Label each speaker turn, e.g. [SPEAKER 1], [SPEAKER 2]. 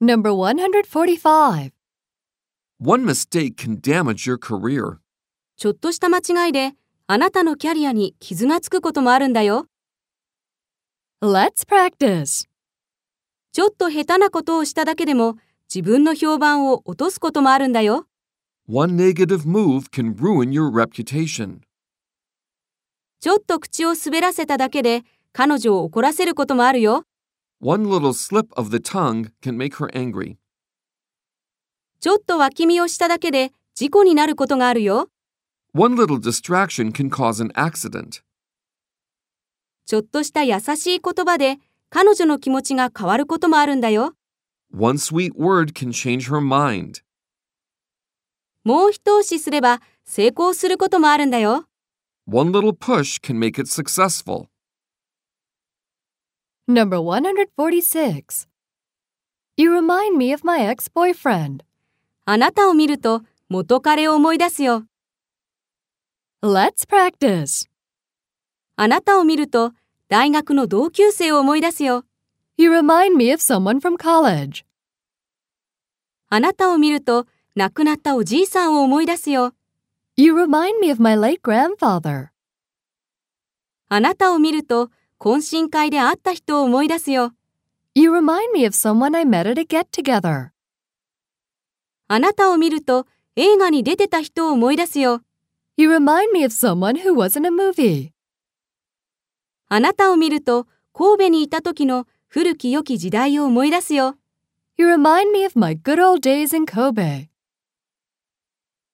[SPEAKER 1] Number 145.
[SPEAKER 2] One mistake can damage your career.
[SPEAKER 3] ちょっとした間違いで、あなたのキャリアに傷がつくこともあるんだよ。
[SPEAKER 1] Let's practice.
[SPEAKER 3] ちょっと下手なことをしただけでも、自分の評判を落とすこともあるんだよ。
[SPEAKER 2] One negative move can ruin your reputation.
[SPEAKER 3] ちょっと口を滑らせただけで、彼女を怒らせることもあるよ。
[SPEAKER 2] One little slip of the tongue can make her angry.
[SPEAKER 3] ちょっと脇見をしただけで、事故になることがあるよ。
[SPEAKER 2] One little distraction can cause an accident.
[SPEAKER 3] ちょっとした優しい言葉で、彼女の気持ちが変わることもあるんだよ。
[SPEAKER 2] One sweet word can change her mind.
[SPEAKER 3] もう一押しすれば、成功することもあるんだよ。
[SPEAKER 2] One little push can make it successful.
[SPEAKER 1] Number 146. You remind me of my ex boyfriend.
[SPEAKER 3] あなたを見ると、元彼を思い出すよ。
[SPEAKER 1] Let's practice.
[SPEAKER 3] あなたを見ると、大学の同級生を思い出すよ。
[SPEAKER 1] You remind me of someone from college.
[SPEAKER 3] あなたを見ると、亡くなったおじいさんを思い出すよ。
[SPEAKER 1] You remind me of my late grandfather.
[SPEAKER 3] あなたを見ると、懇親会で会った人を思い出すよ。
[SPEAKER 1] You remind me of someone I met at a get together.
[SPEAKER 3] あなたを見ると、映画に出てた人を思い出すよ。
[SPEAKER 1] You remind me of someone who was in a movie.
[SPEAKER 3] あなたを見ると、神戸にいた時の古き良き時代を思い出すよ。
[SPEAKER 1] You remind me of my good old days in Kobe.